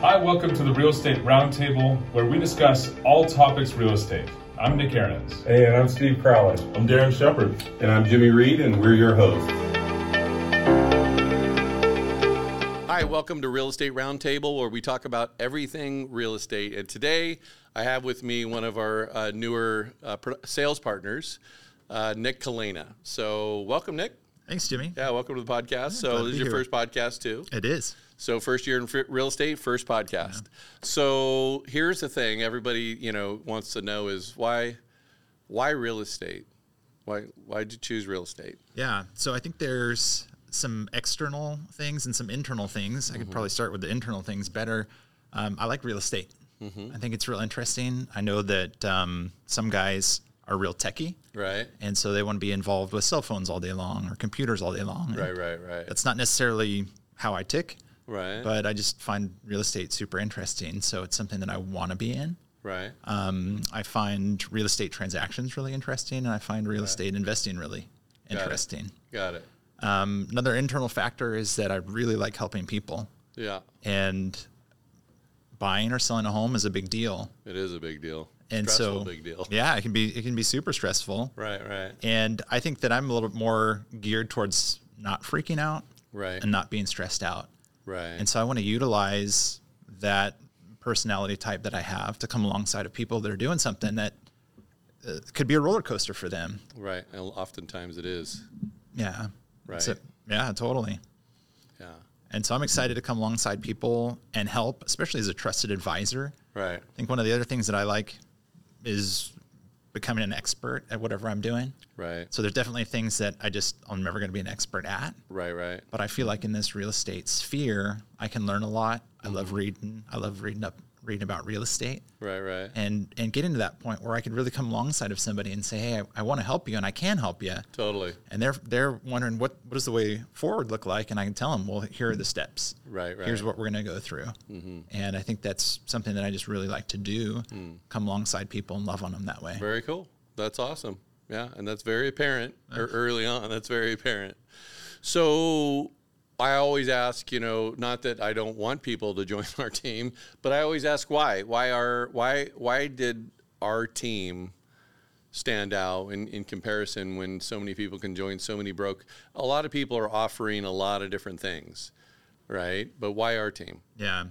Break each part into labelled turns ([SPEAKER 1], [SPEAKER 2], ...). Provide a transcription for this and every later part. [SPEAKER 1] Hi, welcome to the Real Estate Roundtable, where we discuss all topics real estate. I'm Nick Ahrens.
[SPEAKER 2] Hey, and I'm Steve Crowley.
[SPEAKER 3] I'm Darren Shepard.
[SPEAKER 4] And I'm Jimmy Reed, and we're your hosts.
[SPEAKER 5] Hi, welcome to Real Estate Roundtable, where we talk about everything real estate. And today, I have with me one of our uh, newer uh, pro- sales partners, uh, Nick Kalena. So, welcome, Nick.
[SPEAKER 6] Thanks, Jimmy.
[SPEAKER 5] Yeah, welcome to the podcast.
[SPEAKER 6] glad
[SPEAKER 5] so, this
[SPEAKER 6] to be
[SPEAKER 5] is your
[SPEAKER 6] here.
[SPEAKER 5] first podcast, too.
[SPEAKER 6] It is.
[SPEAKER 5] So first year in f- real estate, first podcast. So here's the thing: everybody, you know, wants to know is why, why real estate? Why why would you choose real estate?
[SPEAKER 6] Yeah. So I think there's some external things and some internal things.
[SPEAKER 5] Mm-hmm.
[SPEAKER 6] I could probably start with the internal things better. Um, I like real estate.
[SPEAKER 5] Mm-hmm.
[SPEAKER 6] I think it's real interesting. I know that um, some guys are real techie,
[SPEAKER 5] Right,
[SPEAKER 6] and so they want to be involved with cell phones all day long or computers all day long. and
[SPEAKER 5] right, right, right,
[SPEAKER 6] That's not necessarily how I tick,
[SPEAKER 5] right,
[SPEAKER 6] but I just find real estate super interesting. So it's something that I want to be in.
[SPEAKER 5] right.
[SPEAKER 6] Um, I find real estate transactions really interesting, and I find real estate investing really
[SPEAKER 5] it.
[SPEAKER 6] interesting.
[SPEAKER 5] Got it.
[SPEAKER 6] Um, another internal factor is that I really like helping people,
[SPEAKER 5] Yeah,
[SPEAKER 6] and buying or selling a home is a big deal.
[SPEAKER 5] it is a big deal.
[SPEAKER 6] And
[SPEAKER 5] Stressful
[SPEAKER 6] so,
[SPEAKER 5] big deal.
[SPEAKER 6] Yeah, it can be it can be super stressful.
[SPEAKER 5] Right, right,
[SPEAKER 6] And I think that I'm a little bit more geared towards not freaking out
[SPEAKER 5] right,
[SPEAKER 6] and not being stressed out.
[SPEAKER 5] right.
[SPEAKER 6] And so I want to utilize that personality type that I have to come alongside of people that are doing something that uh, could be a roller coaster for them.
[SPEAKER 5] right, and oftentimes it is.
[SPEAKER 6] Yeah.
[SPEAKER 5] Right.
[SPEAKER 6] So- yeah, totally.
[SPEAKER 5] Yeah,
[SPEAKER 6] And so I'm excited to come alongside people and help, especially as a trusted advisor.
[SPEAKER 5] right,
[SPEAKER 6] I think one of the other things that I like is becoming an expert at whatever I'm doing.
[SPEAKER 5] right,
[SPEAKER 6] So there's definitely things that I just I'm never going to be an expert at,
[SPEAKER 5] right, right.
[SPEAKER 6] but I feel like in this real estate sphere, I can learn a lot. I love reading. I love reading up reading about real estate
[SPEAKER 5] Right, right.
[SPEAKER 6] and and getting to that point where I could really come alongside of somebody and say, "Hey, I, I want to help you and I can help you."
[SPEAKER 5] Totally.
[SPEAKER 6] and they're they're wondering what what does the way forward look like and i can tell them well here are the steps
[SPEAKER 5] Right, Mm-hmm. right.
[SPEAKER 6] here's what we're going to go through and i think that's something that i just really like to do
[SPEAKER 5] Mm.
[SPEAKER 6] come alongside people and love on them that way
[SPEAKER 5] Very cool. That's awesome. Yeah, and that's very apparent or early on. That's very apparent. So I always ask, you know, not that I don't want people to join our team, but I always ask why. Why are why why did our team stand out in, in comparison when so many people can join so many broke a lot of people are offering a lot of different things, right? But why our team?
[SPEAKER 6] yeah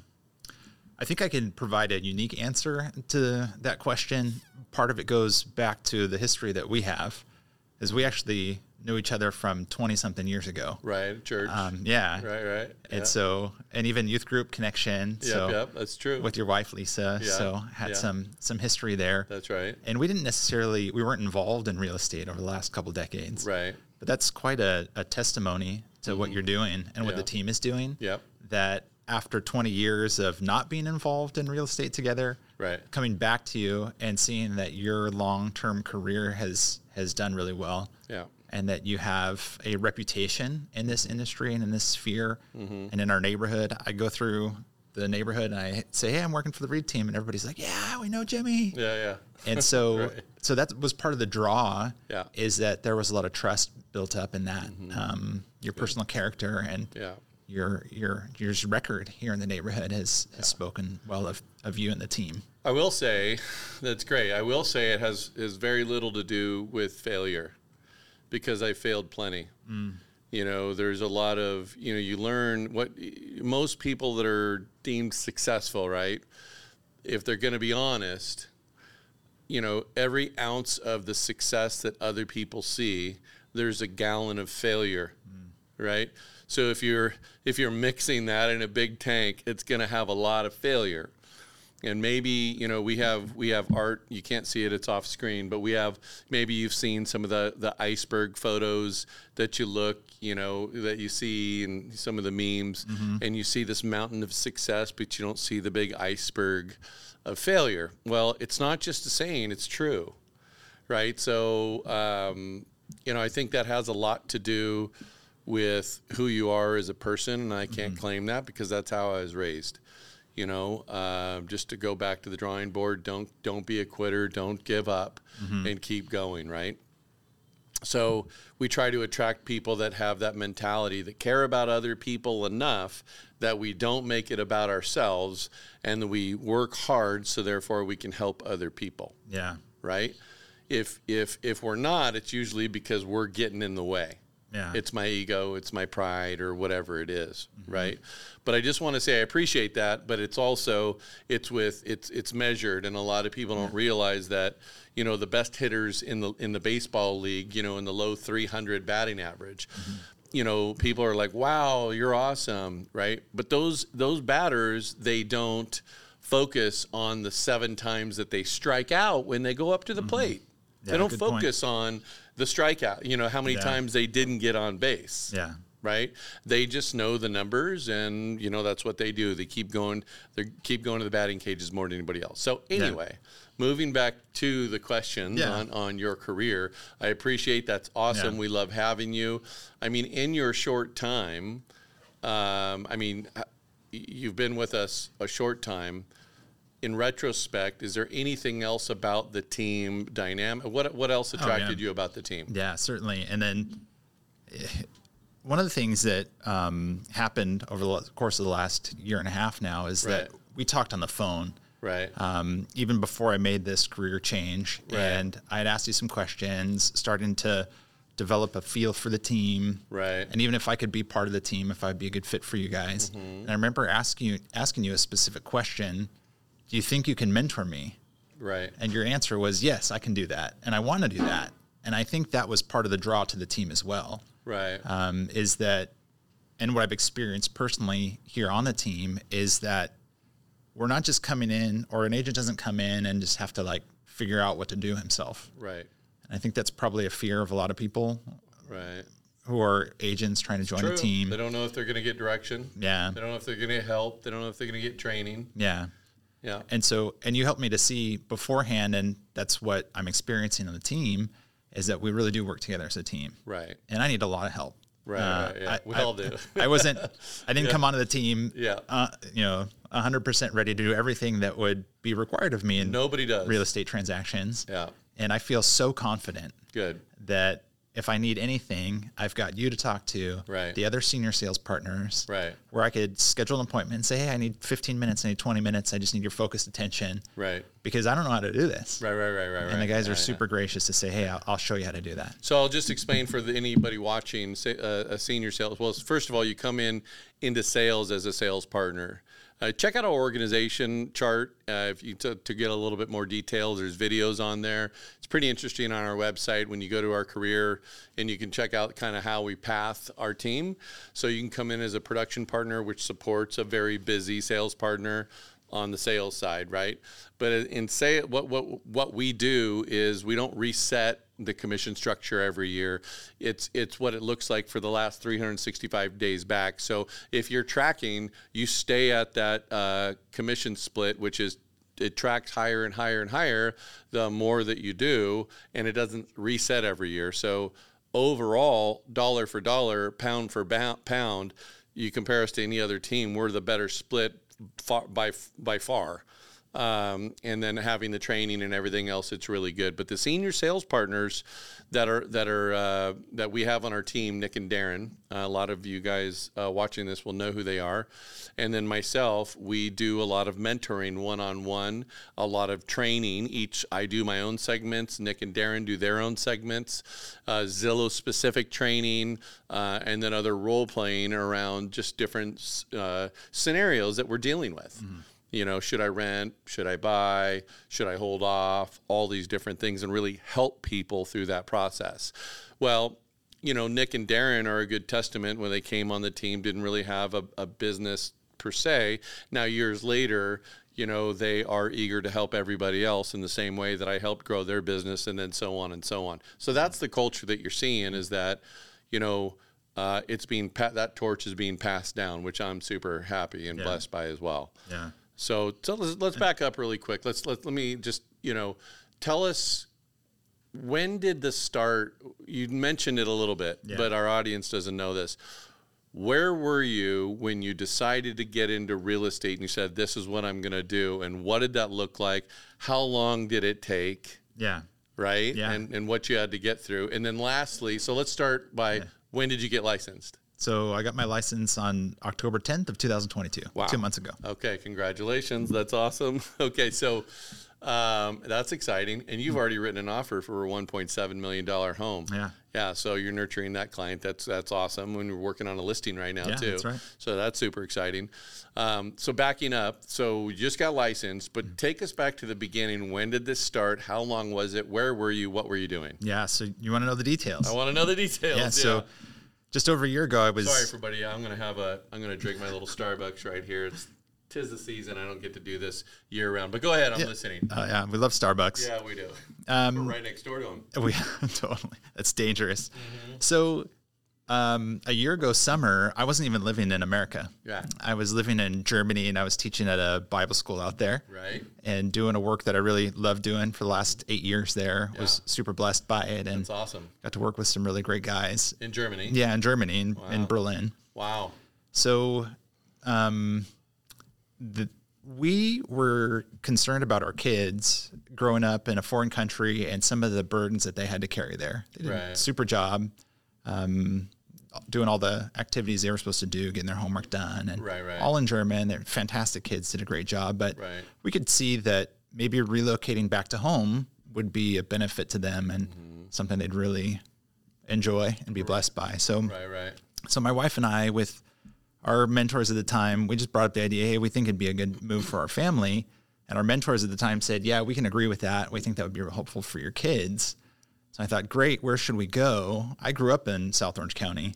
[SPEAKER 6] i think i can provide a unique answer to that question part of it goes back to the history that we have is we actually knew each other from 20 something years ago
[SPEAKER 5] Right? Church.
[SPEAKER 6] um, yeah
[SPEAKER 5] right, right.
[SPEAKER 6] and
[SPEAKER 5] Yeah.
[SPEAKER 6] so and even youth group connection
[SPEAKER 5] yep,
[SPEAKER 6] so
[SPEAKER 5] yep, that's true.
[SPEAKER 6] with your wife Lisa,
[SPEAKER 5] Yeah,
[SPEAKER 6] so had
[SPEAKER 5] yeah.
[SPEAKER 6] some some history there.
[SPEAKER 5] that's right.
[SPEAKER 6] and we didn't necessarily we weren't involved in real estate over the last couple decades.
[SPEAKER 5] Right.
[SPEAKER 6] But that's quite a, a testimony to what you're doing and
[SPEAKER 5] Mm-hmm.
[SPEAKER 6] what
[SPEAKER 5] Yeah.
[SPEAKER 6] the team is doing.
[SPEAKER 5] Yep.
[SPEAKER 6] That after 20 years of not being involved in real estate together,
[SPEAKER 5] Right.
[SPEAKER 6] coming back to you and seeing that your long-term career has has done really well.
[SPEAKER 5] Yeah.
[SPEAKER 6] And that you have a reputation in this industry and in this sphere
[SPEAKER 5] Mm-hmm.
[SPEAKER 6] and in our neighborhood. I go through the neighborhood and I say, Hey, I'm working for the Reed team. And everybody's like, Yeah, we know Jimmy.
[SPEAKER 5] Yeah, yeah.
[SPEAKER 6] And so,
[SPEAKER 5] Right.
[SPEAKER 6] so that was part of the draw.
[SPEAKER 5] Yeah. Mm-hmm.
[SPEAKER 6] Is that there was a lot of trust built up in that um, your personal character and
[SPEAKER 5] Yeah.
[SPEAKER 6] your your your record here in the neighborhood has, has spoken well of, of you and the team.
[SPEAKER 5] I will say that's great. I will say it has is very little to do with failure because I failed plenty. You know, there's a lot of, you know, you learn what most people that are deemed successful, right? If they're going to be honest, you know, every ounce of the success that other people see, there's a gallon of failure, right? So if you're if you're mixing that in a big tank, it's going to have a lot of failure and maybe you know we have we have art you can't see it it's off screen but we have maybe you've seen some of the the iceberg photos that you look you know that you see and some of the memes and you see this mountain of success but you don't see the big iceberg of failure well it's not just a saying it's true right? So, um, you know, I think that has a lot to do with who you are as a person, and I can't claim that because that's how I was raised. You know, uh, just to go back to the drawing board. Don't don't be a quitter. Don't give up, and keep going. Right. So we try to attract people that have that mentality that care about other people enough that we don't make it about ourselves and that we work hard so therefore we can help other people,
[SPEAKER 6] Yeah.
[SPEAKER 5] right? If if if we're not, it's usually because we're getting in the way.
[SPEAKER 6] Yeah. Mm-hmm.
[SPEAKER 5] It's my ego, it's my pride or whatever it is, right? But I just want to say I appreciate that, but it's also it's with it's it's measured and a lot of people don't realize that, you know, the best hitters in the in the baseball league, you know, in the low 300 batting average.
[SPEAKER 6] Mm-hmm.
[SPEAKER 5] You know, people are like, "Wow, you're awesome," right? But those those batters, they don't focus on the seven times that they strike out when they go up to the plate.
[SPEAKER 6] Mm-hmm. Yeah,
[SPEAKER 5] they don't
[SPEAKER 6] good point.
[SPEAKER 5] focus on the strikeout, you know, how many
[SPEAKER 6] Yeah.
[SPEAKER 5] times they didn't get on base.
[SPEAKER 6] Yeah.
[SPEAKER 5] Right? They just know the numbers and you know that's what they do. They keep going they keep going to the batting cages more than anybody else. So anyway, moving back to the question
[SPEAKER 6] Yeah.
[SPEAKER 5] on, on your career, I appreciate that's awesome.
[SPEAKER 6] Yeah.
[SPEAKER 5] We love having you. I mean, in your short time, um, I mean, h- you've been with us a short time. In retrospect, is there anything else about the team dynamic? What what else
[SPEAKER 6] Oh,
[SPEAKER 5] attracted you about the team?
[SPEAKER 6] Yeah, certainly. And then eh, one of the things that um, happened over the lo- course of the last year and a half now is that
[SPEAKER 5] Right.
[SPEAKER 6] we talked on the phone.
[SPEAKER 5] Right.
[SPEAKER 6] um, even before I made this career change.
[SPEAKER 5] Right.
[SPEAKER 6] And I had asked you some questions, starting to develop a feel for the team.
[SPEAKER 5] Right.
[SPEAKER 6] And even if I could be part of the team, if I'd be a good fit for you guys.
[SPEAKER 5] Mm-hmm.
[SPEAKER 6] And I remember asking you asking you a specific question. Do you think you can mentor me?
[SPEAKER 5] right.
[SPEAKER 6] And your answer was yes, I can do that, and I want to do that. And I think that was part of the draw to the team as well
[SPEAKER 5] Right.
[SPEAKER 6] um, is that, and what I've experienced personally here on the team is that we're not just coming in, or an agent doesn't come in and just have to like figure out what to do himself.
[SPEAKER 5] right.
[SPEAKER 6] And I think that's probably a fear of a lot of people
[SPEAKER 5] Right.
[SPEAKER 6] who are agents trying to join a
[SPEAKER 5] True.
[SPEAKER 6] team.
[SPEAKER 5] They don't know if they're going to get direction.
[SPEAKER 6] Yeah.
[SPEAKER 5] They don't know if they're going to get help. They don't know if they're going to get training.
[SPEAKER 6] Yeah.
[SPEAKER 5] Yeah.
[SPEAKER 6] And so, and you helped me to see beforehand, and that's what I'm experiencing on the team is that we really do work together as a team.
[SPEAKER 5] right.
[SPEAKER 6] And I need a lot of help.
[SPEAKER 5] Right. right yeah.
[SPEAKER 6] uh, I-
[SPEAKER 5] we
[SPEAKER 6] I-
[SPEAKER 5] all do.
[SPEAKER 6] I wasn't. I didn't come onto the team.
[SPEAKER 5] Yeah.
[SPEAKER 6] Uh, you know, hundred percent ready to do everything that would be required of me in
[SPEAKER 5] Nobody does.
[SPEAKER 6] real estate transactions.
[SPEAKER 5] Yeah.
[SPEAKER 6] And I feel so confident
[SPEAKER 5] Good.
[SPEAKER 6] that if I need anything, I've got you to talk to.
[SPEAKER 5] Right.
[SPEAKER 6] The other senior sales partners.
[SPEAKER 5] Right.
[SPEAKER 6] Where I could schedule an appointment and say, hey, I need 15 minutes. I need 20 minutes. I just need your focused attention
[SPEAKER 5] Right.
[SPEAKER 6] because I don't know how to do this.
[SPEAKER 5] Right. Right. Right. Right.
[SPEAKER 6] And the guys are
[SPEAKER 5] yeah, yeah.
[SPEAKER 6] super gracious to say, hey, I'll, I'll show you how to do that.
[SPEAKER 5] So I'll just explain for the, anybody watching say, uh, a senior sales. Well, first of all, you come in into sales as a sales partner. Uh, check out our organization chart uh, if you to, to get a little bit more details. There's videos on there. It's pretty interesting on our website when you go to our career and you can check out kind of how we path our team. So you can come in as a production partner, which supports a very busy sales partner on the sales side, right? But in say what what what we do is we don't reset the commission structure every year. It's it's what it looks like for the last 365 days back. So if you're tracking, you stay at that uh, commission split, which is it tracks higher and higher and higher the more that you do, and it doesn't reset every year. So overall, dollar for dollar, pound for ba- pound, you compare us to any other team, we're the better split far, by by far. Um, and then having the training and everything else, it's really good. But the senior sales partners that are that are uh, that we have on our team, Nick and Darren, uh, a lot of you guys uh, watching this will know who they are. And then myself, we do a lot of mentoring one on one, a lot of training. Each I do my own segments. Nick and Darren do their own segments. Uh, Zillow specific training, uh, and then other role playing around just different uh, scenarios that we're dealing with. You know, should I rent? Should I buy? Should I hold off? All these different things and really help people through that process. Well, you know, Nick and Darren are a good testament when they came on the team, didn't really have a, a business per se. Now, years later, you know, they are eager to help everybody else in the same way that I helped grow their business and then so on and so on. So that's the culture that you're seeing is that, you know, uh, it's being pa- that torch is being passed down, which I'm super happy and blessed by as well.
[SPEAKER 6] Yeah.
[SPEAKER 5] So, so let's, let's back up really quick. Let's let, let me just you know tell us when did this start? You mentioned it a little bit, but our audience doesn't know this. Where were you when you decided to get into real estate and you said this is what I'm going to do? And what did that look like? How long did it take?
[SPEAKER 6] Yeah.
[SPEAKER 5] right?
[SPEAKER 6] Yeah.
[SPEAKER 5] And, and what you had to get through. And then lastly, so let's start by when did you get licensed?
[SPEAKER 6] So I got my license on October 10th of 2022,
[SPEAKER 5] Wow.
[SPEAKER 6] two months ago.
[SPEAKER 5] Okay, congratulations. That's awesome. Okay, so um, that's exciting. And you've already written an offer for a $1.7 million home.
[SPEAKER 6] Yeah.
[SPEAKER 5] Yeah, so you're nurturing that client. That's that's awesome. And we're working on a listing right now,
[SPEAKER 6] Yeah,
[SPEAKER 5] too.
[SPEAKER 6] that's right.
[SPEAKER 5] So that's super exciting. Um, so backing up, so you just got licensed, but
[SPEAKER 6] Mm-hmm.
[SPEAKER 5] take us back to the beginning. When did this start? How long was it? Where were you? What were you doing?
[SPEAKER 6] Yeah. So you want to know the details?
[SPEAKER 5] I want to know the details.
[SPEAKER 6] yeah. So just over a year ago, I was.
[SPEAKER 5] Sorry, everybody. I'm gonna have a. I'm gonna drink my little Starbucks right here. It's tis the season. I don't get to do this year round. But go ahead. I'm listening.
[SPEAKER 6] uh, yeah, Um, we love Starbucks.
[SPEAKER 5] Yeah, we do. We're right next door to him.
[SPEAKER 6] We totally. That's dangerous.
[SPEAKER 5] Mm-hmm.
[SPEAKER 6] So, um, a year ago, summer, I wasn't even living in America.
[SPEAKER 5] Yeah.
[SPEAKER 6] I was living in Germany and I was teaching at a Bible school out there.
[SPEAKER 5] Right.
[SPEAKER 6] And doing a work that I really loved doing for the last eight years there. Was super blessed by it and
[SPEAKER 5] It's awesome
[SPEAKER 6] got to work with some really great guys.
[SPEAKER 5] in Germany.
[SPEAKER 6] Yeah, in Germany, in, in Berlin.
[SPEAKER 5] Wow.
[SPEAKER 6] So, um, the, we were concerned about our kids growing up in a foreign country and some of the burdens that they had to carry there. They did a
[SPEAKER 5] Right.
[SPEAKER 6] super job, um, doing all the activities they were supposed to do, getting their homework done, and
[SPEAKER 5] Right, right.
[SPEAKER 6] all in German. They're fantastic kids, did a great job. But
[SPEAKER 5] Right.
[SPEAKER 6] we could see that maybe relocating back to home would be a benefit to them and
[SPEAKER 5] Mm-hmm.
[SPEAKER 6] something they'd really enjoy and be blessed by. So
[SPEAKER 5] Right. Right.
[SPEAKER 6] so my wife and I, with our mentors at the time, we just brought up the idea, hey, we think it'd be a good move for our family. And our mentors at the time said, yeah, we can agree with that. We think that would be helpful for your kids. So I thought, great, where should we go? I grew up in South Orange County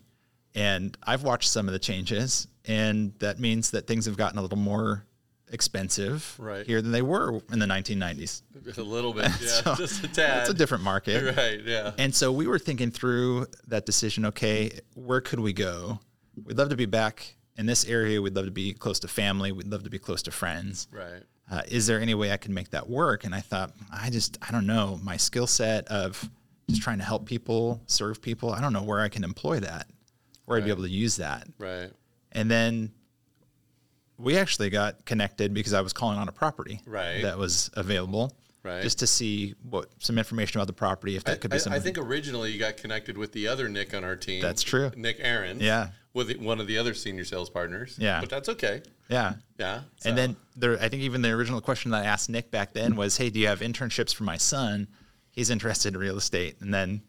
[SPEAKER 6] and I've watched some of the changes. And that means that things have gotten a little more expensive
[SPEAKER 5] Right.
[SPEAKER 6] here than they were in the 1990s.
[SPEAKER 5] A little bit. Yeah. just a tad.
[SPEAKER 6] It's a different market.
[SPEAKER 5] Right. Yeah.
[SPEAKER 6] And so we were thinking through that decision. Okay, where could we go? We'd love to be back in this area. We'd love to be close to family. We'd love to be close to friends.
[SPEAKER 5] Right.
[SPEAKER 6] Uh, is there any way I could make that work? And I thought, I just, I don't know. My skill set of just trying to help people, serve people, I don't know where I can employ that, where I'd be able to use that.
[SPEAKER 5] Right.
[SPEAKER 6] And then we actually got connected because I was calling on a property
[SPEAKER 5] Right.
[SPEAKER 6] that was available.
[SPEAKER 5] Right.
[SPEAKER 6] Just to see what some information about the property, if that could be
[SPEAKER 5] I,
[SPEAKER 6] something.
[SPEAKER 5] I think originally you got connected with the other Nick on our team.
[SPEAKER 6] That's true.
[SPEAKER 5] Nick Aaron.
[SPEAKER 6] Yeah.
[SPEAKER 5] With the- one of the other senior sales partners.
[SPEAKER 6] Yeah.
[SPEAKER 5] But that's okay.
[SPEAKER 6] Yeah.
[SPEAKER 5] Yeah.
[SPEAKER 6] And
[SPEAKER 5] so-
[SPEAKER 6] then there, I think even the original question that I asked Nick back then was, "Hey, do you have internships for my son? He's interested in real estate." And then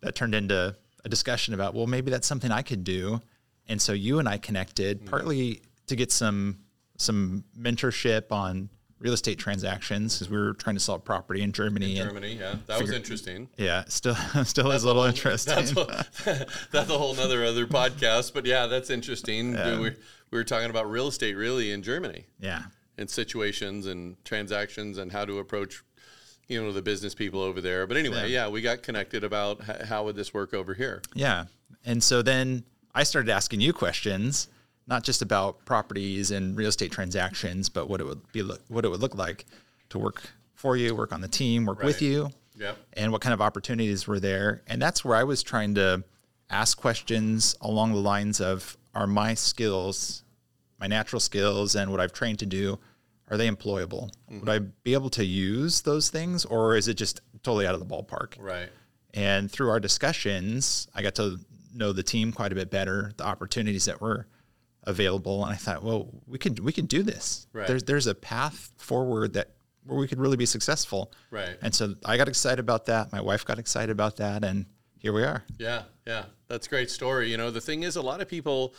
[SPEAKER 6] that turned into a discussion about, well, maybe that's something I could do. And so you and I connected
[SPEAKER 5] Mm-hmm.
[SPEAKER 6] partly to get some some mentorship on real estate transactions because we were trying to sell property in Germany. and
[SPEAKER 5] Germany. Yeah. That was interesting.
[SPEAKER 6] yeah, still still is a little interesting.
[SPEAKER 5] That's what, that's a whole nother other podcast, but yeah, that's interesting. We, were, we were talking about real estate really in Germany
[SPEAKER 6] yeah.
[SPEAKER 5] and situations and transactions and how to approach, you know, the business people over there. But anyway, yeah, we got connected about h- how would this work over here.
[SPEAKER 6] Yeah. And so then I started asking you questions, not just about properties and real estate transactions, but what it would be look, what it would look like to work for you, work on the team, work with
[SPEAKER 5] Right.
[SPEAKER 6] you,
[SPEAKER 5] Yep.
[SPEAKER 6] and what kind of opportunities were there. And that's where I was trying to ask questions along the lines of are my skills, my natural skills and what I've trained to do, are they employable?
[SPEAKER 5] Mm-hmm.
[SPEAKER 6] Would I be able to use those things or is it just totally out of the ballpark?
[SPEAKER 5] Right.
[SPEAKER 6] And through our discussions, I got to know the team quite a bit better, the opportunities that were available, and I thought, well, we could we could do this.
[SPEAKER 5] Right.
[SPEAKER 6] There's there's a path forward that where we could really be successful.
[SPEAKER 5] Right.
[SPEAKER 6] And so I got excited about that. My wife got excited about that, and here we are.
[SPEAKER 5] Yeah, yeah, that's a great story. You know, the thing is, a lot of people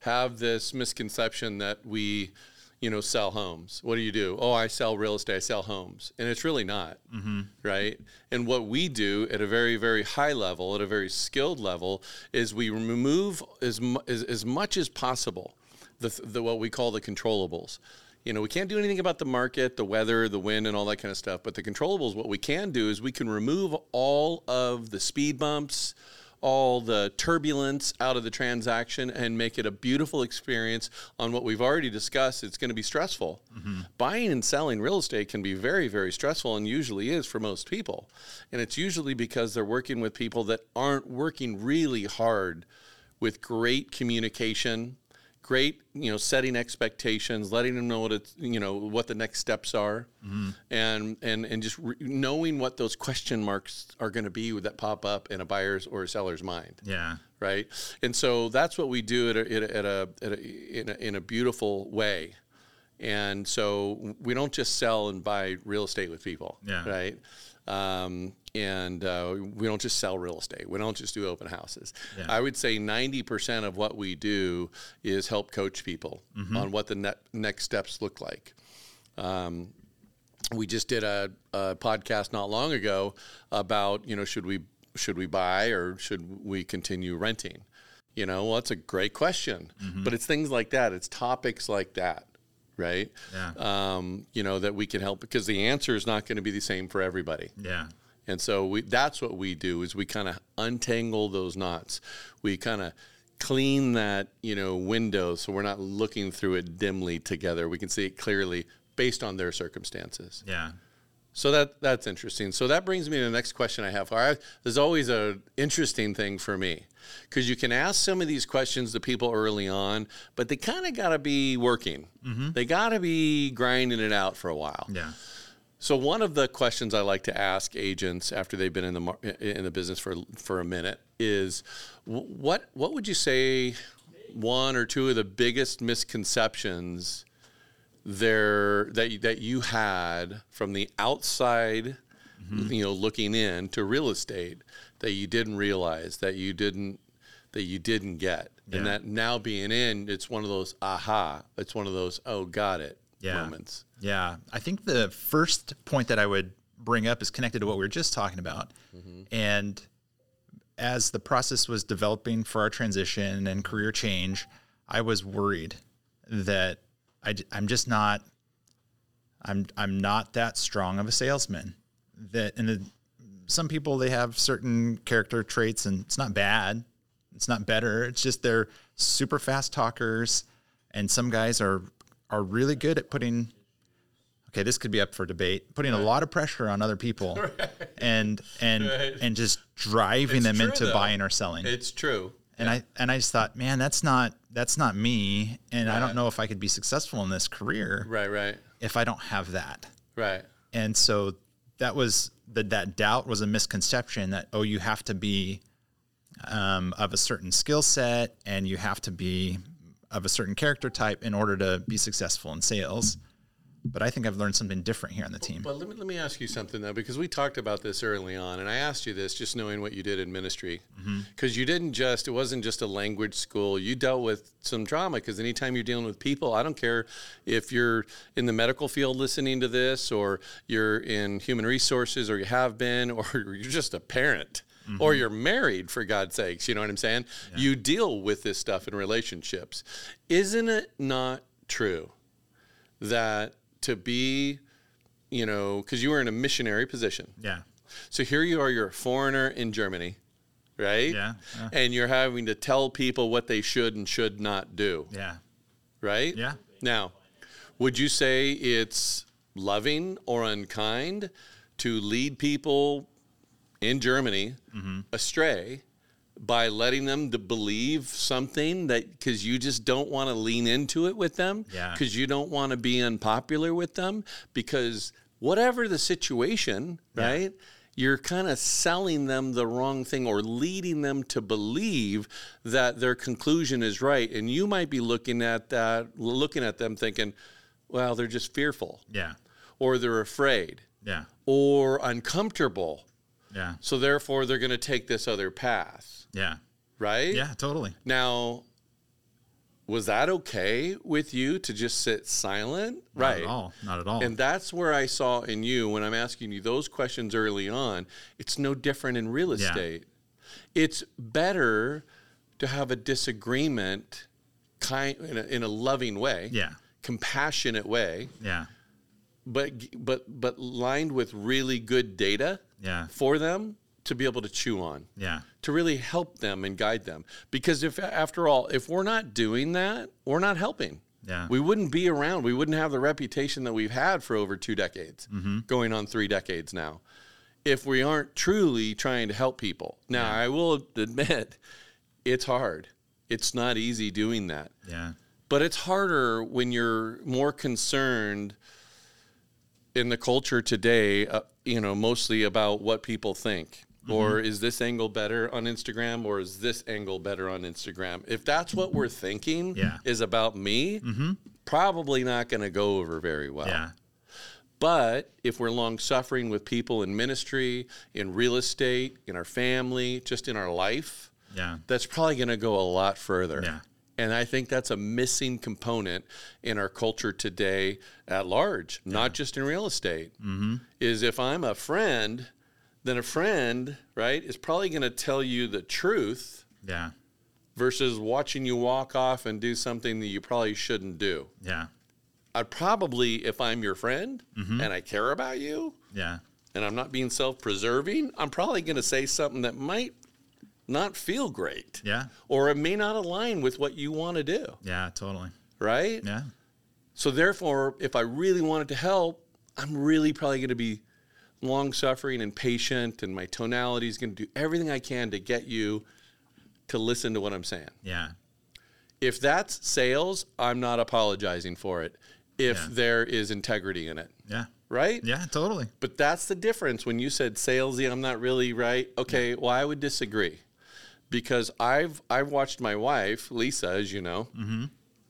[SPEAKER 5] have this misconception that we, you know, sell homes. What do you do? Oh, I sell real estate. I sell homes, and it's really not, right? And what we do at a very, very high level, at a very skilled level, is we remove as mu- as, as much as possible the, the what we call the controllables. You know, we can't do anything about the market, the weather, the wind, and all that kind of stuff. But the controllables, what we can do is we can remove all of the speed bumps, all the turbulence out of the transaction, and make it a beautiful experience on what we've already discussed. It's going to be stressful. Buying and selling real estate can be very, very stressful and usually is for most people. And it's usually because they're working with people that aren't working really hard with great communication great, you know, setting expectations, letting them know what it's, you know, what the next steps are, and and and just re- knowing what those question marks are going to be that pop up in a buyer's or a seller's mind
[SPEAKER 6] Yeah.
[SPEAKER 5] right? And so that's what we do at a, at a, at a, at a, in, a in a beautiful way. And so we don't just sell and buy real estate with people,
[SPEAKER 6] Yeah.
[SPEAKER 5] right? Um, and uh, we don't just sell real estate. We don't just do open houses.
[SPEAKER 6] Yeah.
[SPEAKER 5] I would say 90% of what we do is help coach people
[SPEAKER 6] Mm-hmm.
[SPEAKER 5] on what the ne- next steps look like we just did a, a podcast not long ago about you know should we should we buy or should we continue renting you know well that's a great question but it's things like that it's topics like that right
[SPEAKER 6] Yeah.
[SPEAKER 5] um, you know that we can help because the answer is not going to be the same for everybody
[SPEAKER 6] Yeah.
[SPEAKER 5] and so we that's what we do is we kind of untangle those knots. We kind of clean that, you know, window so we're not looking through it dimly together. We can see it clearly based on their circumstances.
[SPEAKER 6] Yeah.
[SPEAKER 5] So that that's interesting. So that brings me to the next question I have. I, there's always an interesting thing for me because you can ask some of these questions to people early on, but they kind of got to be working. They got to be grinding it out for a while.
[SPEAKER 6] Yeah.
[SPEAKER 5] So one of the questions I like to ask agents after they've been in the mar- in the business for for a minute is wh- what what would you say one or two of the biggest misconceptions there that you, that you had from the outside
[SPEAKER 6] Mm-hmm.
[SPEAKER 5] you know looking in to real estate that you didn't realize that you didn't that you didn't get and
[SPEAKER 6] Yeah.
[SPEAKER 5] that now being in it's one of those aha it's one of those oh got it
[SPEAKER 6] Yeah.
[SPEAKER 5] moments
[SPEAKER 6] Yeah. I think the first point that I would bring up is connected to what we were just talking about. And as the process was developing for our transition and career change, I was worried that I, am just not, I'm, I'm not that strong of a salesman that, and the, some people, they have certain character traits and it's not bad. It's not better. It's just they're super fast talkers. And some guys are, are really good at putting okay, this could be up for debate, putting a lot of pressure on other people and and and just driving
[SPEAKER 5] It's
[SPEAKER 6] them
[SPEAKER 5] true,
[SPEAKER 6] into
[SPEAKER 5] though.
[SPEAKER 6] buying or selling.
[SPEAKER 5] it's true
[SPEAKER 6] and I and I just thought, man, that's not that's not me and I don't know if I could be successful in this career
[SPEAKER 5] Right, right,
[SPEAKER 6] if I don't have that.
[SPEAKER 5] right.
[SPEAKER 6] And so that was that that doubt was a misconception that oh you have to be um, of a certain skill set and you have to be of a certain character type in order to be successful in sales. But I think I've learned something different here on the team.
[SPEAKER 5] Well, let me let me ask you something though, because we talked about this early on, and I asked you this just knowing what you did in ministry, because you didn't just it wasn't just a language school. You dealt with some trauma because anytime you're dealing with people, I don't care if you're in the medical field listening to this, or you're in human resources, or you have been, or you're just a parent. Or you're married, for God's sakes. You know what I'm saying? You deal with this stuff in relationships. Isn't it not true that to be you know, because you were in a missionary position.
[SPEAKER 6] Yeah.
[SPEAKER 5] So here you are, you're a foreigner in Germany, right?
[SPEAKER 6] Yeah, uh, yeah.
[SPEAKER 5] And you're having to tell people what they should and should not do,
[SPEAKER 6] Yeah.
[SPEAKER 5] right?
[SPEAKER 6] Yeah.
[SPEAKER 5] Now, would you say it's loving or unkind to lead people in Germany astray by letting them to believe something that because you just don't want to lean into it with them
[SPEAKER 6] Yeah.
[SPEAKER 5] because you don't want to be unpopular with them because whatever the situation right you're kind of selling them the wrong thing or leading them to believe that their conclusion is right and you might be looking at that looking at them thinking well they're just fearful
[SPEAKER 6] Yeah.
[SPEAKER 5] or they're afraid
[SPEAKER 6] Yeah.
[SPEAKER 5] or uncomfortable
[SPEAKER 6] Yeah.
[SPEAKER 5] so therefore, they're going to take this other path,
[SPEAKER 6] Yeah.
[SPEAKER 5] right?
[SPEAKER 6] Yeah, totally.
[SPEAKER 5] Now, was that okay with you to just sit silent?
[SPEAKER 6] Not
[SPEAKER 5] right.
[SPEAKER 6] at all. Not at all.
[SPEAKER 5] And that's where I saw in you when I'm asking you those questions early on. It's no different in real
[SPEAKER 6] Yeah.
[SPEAKER 5] estate. It's better to have a disagreement kind in a, in a loving way,
[SPEAKER 6] yeah.
[SPEAKER 5] compassionate way,
[SPEAKER 6] Yeah.
[SPEAKER 5] but but but lined with really good data
[SPEAKER 6] Yeah.
[SPEAKER 5] for them to be able to chew on
[SPEAKER 6] Yeah.
[SPEAKER 5] to really help them and guide them. Because if, after all, if we're not doing that, we're not helping.
[SPEAKER 6] Yeah.
[SPEAKER 5] We wouldn't be around. We wouldn't have the reputation that we've had for over two decades, going on three decades now, if we aren't truly trying to help people. Now, I will admit, it's hard. It's not easy doing that
[SPEAKER 6] Yeah.
[SPEAKER 5] But it's harder when you're more concerned in the culture today, uh, you know, mostly about what people think.
[SPEAKER 6] Mm-hmm.
[SPEAKER 5] Or is this angle better on Instagram or is this angle better on Instagram? If that's what we're thinking
[SPEAKER 6] Yeah. Mm-hmm.
[SPEAKER 5] is about me, probably not going to go over very well.
[SPEAKER 6] Yeah.
[SPEAKER 5] But if we're long suffering with people in ministry, in real estate, in our family, just in our life,
[SPEAKER 6] Yeah.
[SPEAKER 5] that's probably going to go a lot further.
[SPEAKER 6] Yeah.
[SPEAKER 5] And I think that's a missing component in our culture today at large, not just in real estate. Mm-hmm. Is if I'm a friend, then a friend, right, is probably going to tell you the truth
[SPEAKER 6] Yeah.
[SPEAKER 5] versus watching you walk off and do something that you probably shouldn't do.
[SPEAKER 6] Yeah.
[SPEAKER 5] I probably, if I'm your friend and I care about you,
[SPEAKER 6] Yeah.
[SPEAKER 5] and I'm not being self preserving, I'm probably going to say something that might not feel great.
[SPEAKER 6] Yeah.
[SPEAKER 5] Or it may not align with what you want to do.
[SPEAKER 6] Yeah. Totally.
[SPEAKER 5] Right.
[SPEAKER 6] Yeah.
[SPEAKER 5] So, therefore, if I really wanted to help, I'm really probably going to be long suffering and patient, and my tonality is going to do everything I can to get you to listen to what I'm saying.
[SPEAKER 6] Yeah.
[SPEAKER 5] If that's sales, I'm not apologizing for it if
[SPEAKER 6] Yeah.
[SPEAKER 5] there is integrity in it.
[SPEAKER 6] Yeah.
[SPEAKER 5] Right?
[SPEAKER 6] Yeah. Totally.
[SPEAKER 5] But that's the difference when you said salesy, I'm not really right. Okay, well, I would disagree because I've I've watched my wife, Lisa, as you know,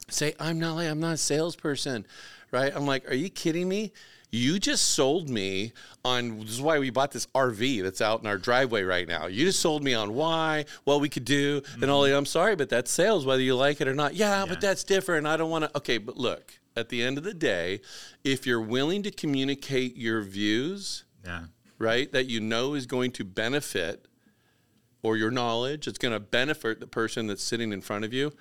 [SPEAKER 5] say, I'm not like I'm not a salesperson, right? I'm like, are you kidding me? You just sold me on this is why we bought this RV that's out in our driveway right now. You just sold me on why, what we could do, and all that. I'm sorry, but that's sales, whether you like it or not. Yeah, but that's different. I don't want to. Okay, but look, at the end of the day, if you're willing to communicate your views,
[SPEAKER 6] Yeah.
[SPEAKER 5] right, that you know is going to benefit or your knowledge, it's going to benefit the person that's sitting in front of you,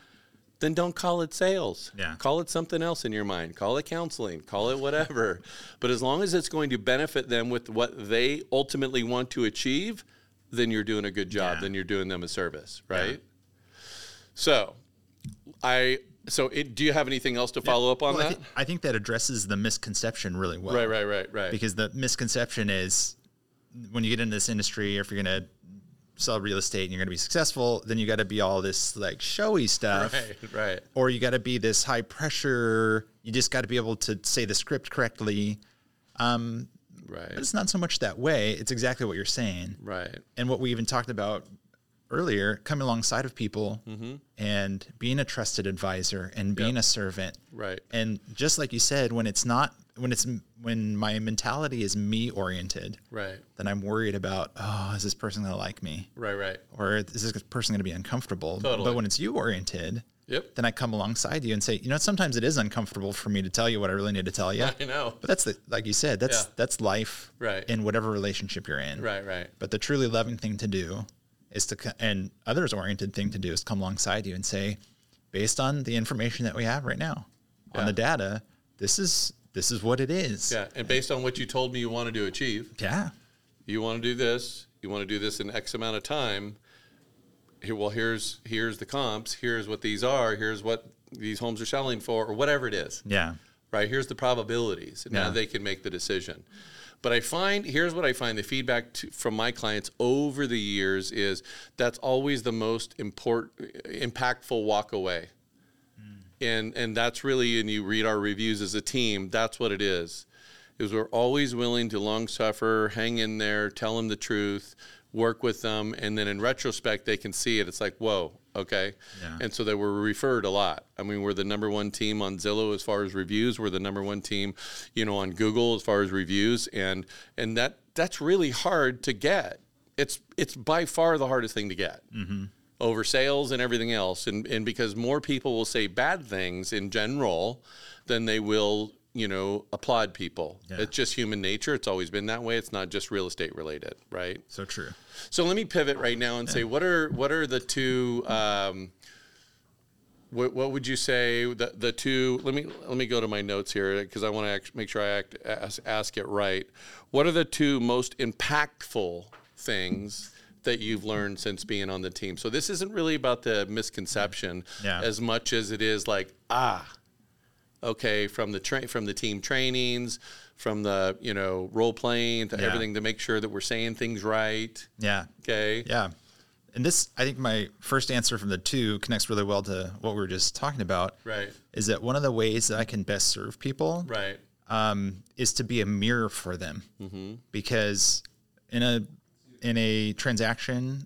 [SPEAKER 5] then don't call it sales.
[SPEAKER 6] Yeah.
[SPEAKER 5] Call it something else in your mind. Call it counseling, call it whatever. but as long as it's going to benefit them with what they ultimately want to achieve, then you're doing a good job,
[SPEAKER 6] Yeah.
[SPEAKER 5] then you're doing them a service, right? So, I so it, do you have anything else to follow up on
[SPEAKER 6] Well, I,
[SPEAKER 5] that?
[SPEAKER 6] thi- I think that addresses the misconception really well.
[SPEAKER 5] right, right, right, right.
[SPEAKER 6] Because the misconception is when you get into this industry, if you're going to sell real estate and you're going to be successful, then you got to be all this like showy stuff.
[SPEAKER 5] right, right.
[SPEAKER 6] or you got to be this high pressure. You just got to be able to say the script correctly.
[SPEAKER 5] Right.
[SPEAKER 6] But it's not so much that way. It's exactly what you're saying.
[SPEAKER 5] Right.
[SPEAKER 6] And what we even talked about earlier, coming alongside of people
[SPEAKER 5] Mm-hmm.
[SPEAKER 6] and being a trusted advisor and being a servant.
[SPEAKER 5] Right.
[SPEAKER 6] And just like you said, when it's not, when it's, when my mentality is me oriented,
[SPEAKER 5] Right.
[SPEAKER 6] then I'm worried about, oh, is this person going to like me?
[SPEAKER 5] Right. Right.
[SPEAKER 6] Or is this person going to be uncomfortable?
[SPEAKER 5] Totally.
[SPEAKER 6] But when it's you oriented,
[SPEAKER 5] Yep.
[SPEAKER 6] then I come alongside you and say, you know, sometimes it is uncomfortable for me to tell you what I really need to tell you.
[SPEAKER 5] I know.
[SPEAKER 6] But that's the, like you said, that's
[SPEAKER 5] Yeah.
[SPEAKER 6] that's life
[SPEAKER 5] Right.
[SPEAKER 6] in whatever relationship you're in.
[SPEAKER 5] Right. Right.
[SPEAKER 6] But the truly loving thing to do is to co- and others oriented thing to do is come alongside you and say, based on the information that we have right now, on
[SPEAKER 5] Yeah.
[SPEAKER 6] the data, this is this is what it is.
[SPEAKER 5] Yeah. And based on what you told me you wanted to achieve,
[SPEAKER 6] Yeah.
[SPEAKER 5] you want to do this, you want to do this in X amount of time. Here, well, here's here's the comps. Here's what these are. Here's what these homes are selling for, or whatever it is.
[SPEAKER 6] Yeah.
[SPEAKER 5] Right. Here's the probabilities. And Now
[SPEAKER 6] Yeah.
[SPEAKER 5] they can make the decision. But I find here's what I find the feedback to, from my clients over the years is that's always the most import, impactful walk away. and and that's really and you read our reviews as a team that's what it is is we're always willing to long suffer hang in there tell them the truth work with them and then in retrospect they can see it it's like whoa okay
[SPEAKER 6] Yeah.
[SPEAKER 5] and so they were referred a lot i mean we're the number one team on zillow as far as reviews we're the number one team you know on google as far as reviews and and that that's really hard to get it's it's by far the hardest thing to get over sales and everything else. And, and because more people will say bad things in general than they will, you know, applaud people. It's just human nature. It's always been that way. It's not just real estate related, right?
[SPEAKER 6] So true.
[SPEAKER 5] So let me pivot right now and say, what are what are the two? Um, what, what would you say the the two? Let me let me go to my notes here because I want to act, make sure I act, ask, ask it right. What are the two most impactful things that you've learned since being on the team? So this isn't really about the misconception
[SPEAKER 6] Yeah.
[SPEAKER 5] as much as it is like ah, okay, from the tra- from the team trainings, from the you know role playing to
[SPEAKER 6] Yeah.
[SPEAKER 5] everything to make sure that we're saying things right.
[SPEAKER 6] Yeah.
[SPEAKER 5] Okay.
[SPEAKER 6] Yeah. and this I think my first answer from the two connects really well to what we were just talking about.
[SPEAKER 5] Right.
[SPEAKER 6] Is that one of the ways that I can best serve people?
[SPEAKER 5] Right.
[SPEAKER 6] um, is to be a mirror for them because in a in a transaction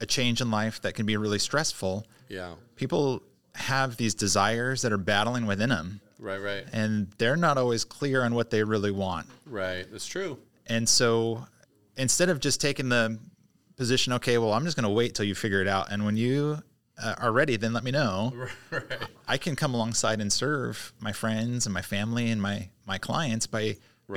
[SPEAKER 6] a change in life that can be really stressful
[SPEAKER 5] Yeah.
[SPEAKER 6] people have these desires that are battling within them
[SPEAKER 5] Right. Right.
[SPEAKER 6] and they're not always clear on what they really want
[SPEAKER 5] Right. That's true.
[SPEAKER 6] and so instead of just taking the position okay well i'm just going to wait till you figure it out and when you uh, are ready then let me know
[SPEAKER 5] Right.
[SPEAKER 6] I can come alongside and serve my friends and my family and my my clients by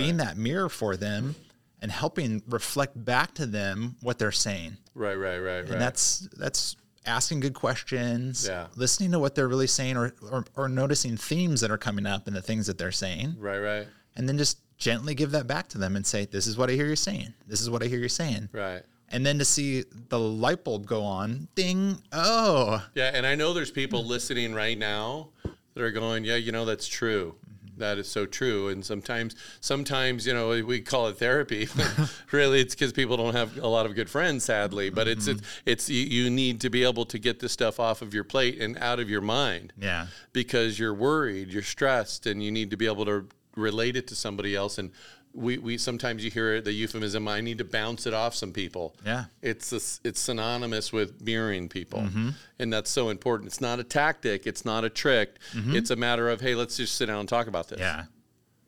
[SPEAKER 6] being that mirror for them and helping reflect back to them what they're saying.
[SPEAKER 5] Right. Right. Right. Right.
[SPEAKER 6] And that's that's asking good questions,
[SPEAKER 5] Yeah.
[SPEAKER 6] listening to what they're really saying or, or or noticing themes that are coming up in the things that they're saying
[SPEAKER 5] right. Right.
[SPEAKER 6] and then just gently give that back to them and say this is what I hear you saying. This is what I hear you saying.
[SPEAKER 5] Right.
[SPEAKER 6] And then to see the light bulb go on, ding, oh,
[SPEAKER 5] Yeah, and I know there's people
[SPEAKER 6] Mm-hmm.
[SPEAKER 5] listening right now that are going, yeah, you know, that's true.
[SPEAKER 6] Mm-hmm.
[SPEAKER 5] That is so true. And sometimes, sometimes, you know, we call it therapy. but really, it's because people don't have a lot of good friends, sadly. But it's
[SPEAKER 6] Mm-hmm.
[SPEAKER 5] it's, it's you, you need to be able to get this stuff off of your plate and out of your mind
[SPEAKER 6] yeah.
[SPEAKER 5] because you're worried, you're stressed, and you need to be able to relate it to somebody else. And we, we sometimes you hear the euphemism, I need to bounce it off some people.
[SPEAKER 6] Yeah.
[SPEAKER 5] It's a, it's synonymous with mirroring people.
[SPEAKER 6] Mm-hmm.
[SPEAKER 5] And that's so important. It's not a tactic, it's not a trick. It's a matter of, hey, let's just sit down and talk about this.
[SPEAKER 6] Mm-hmm. Yeah.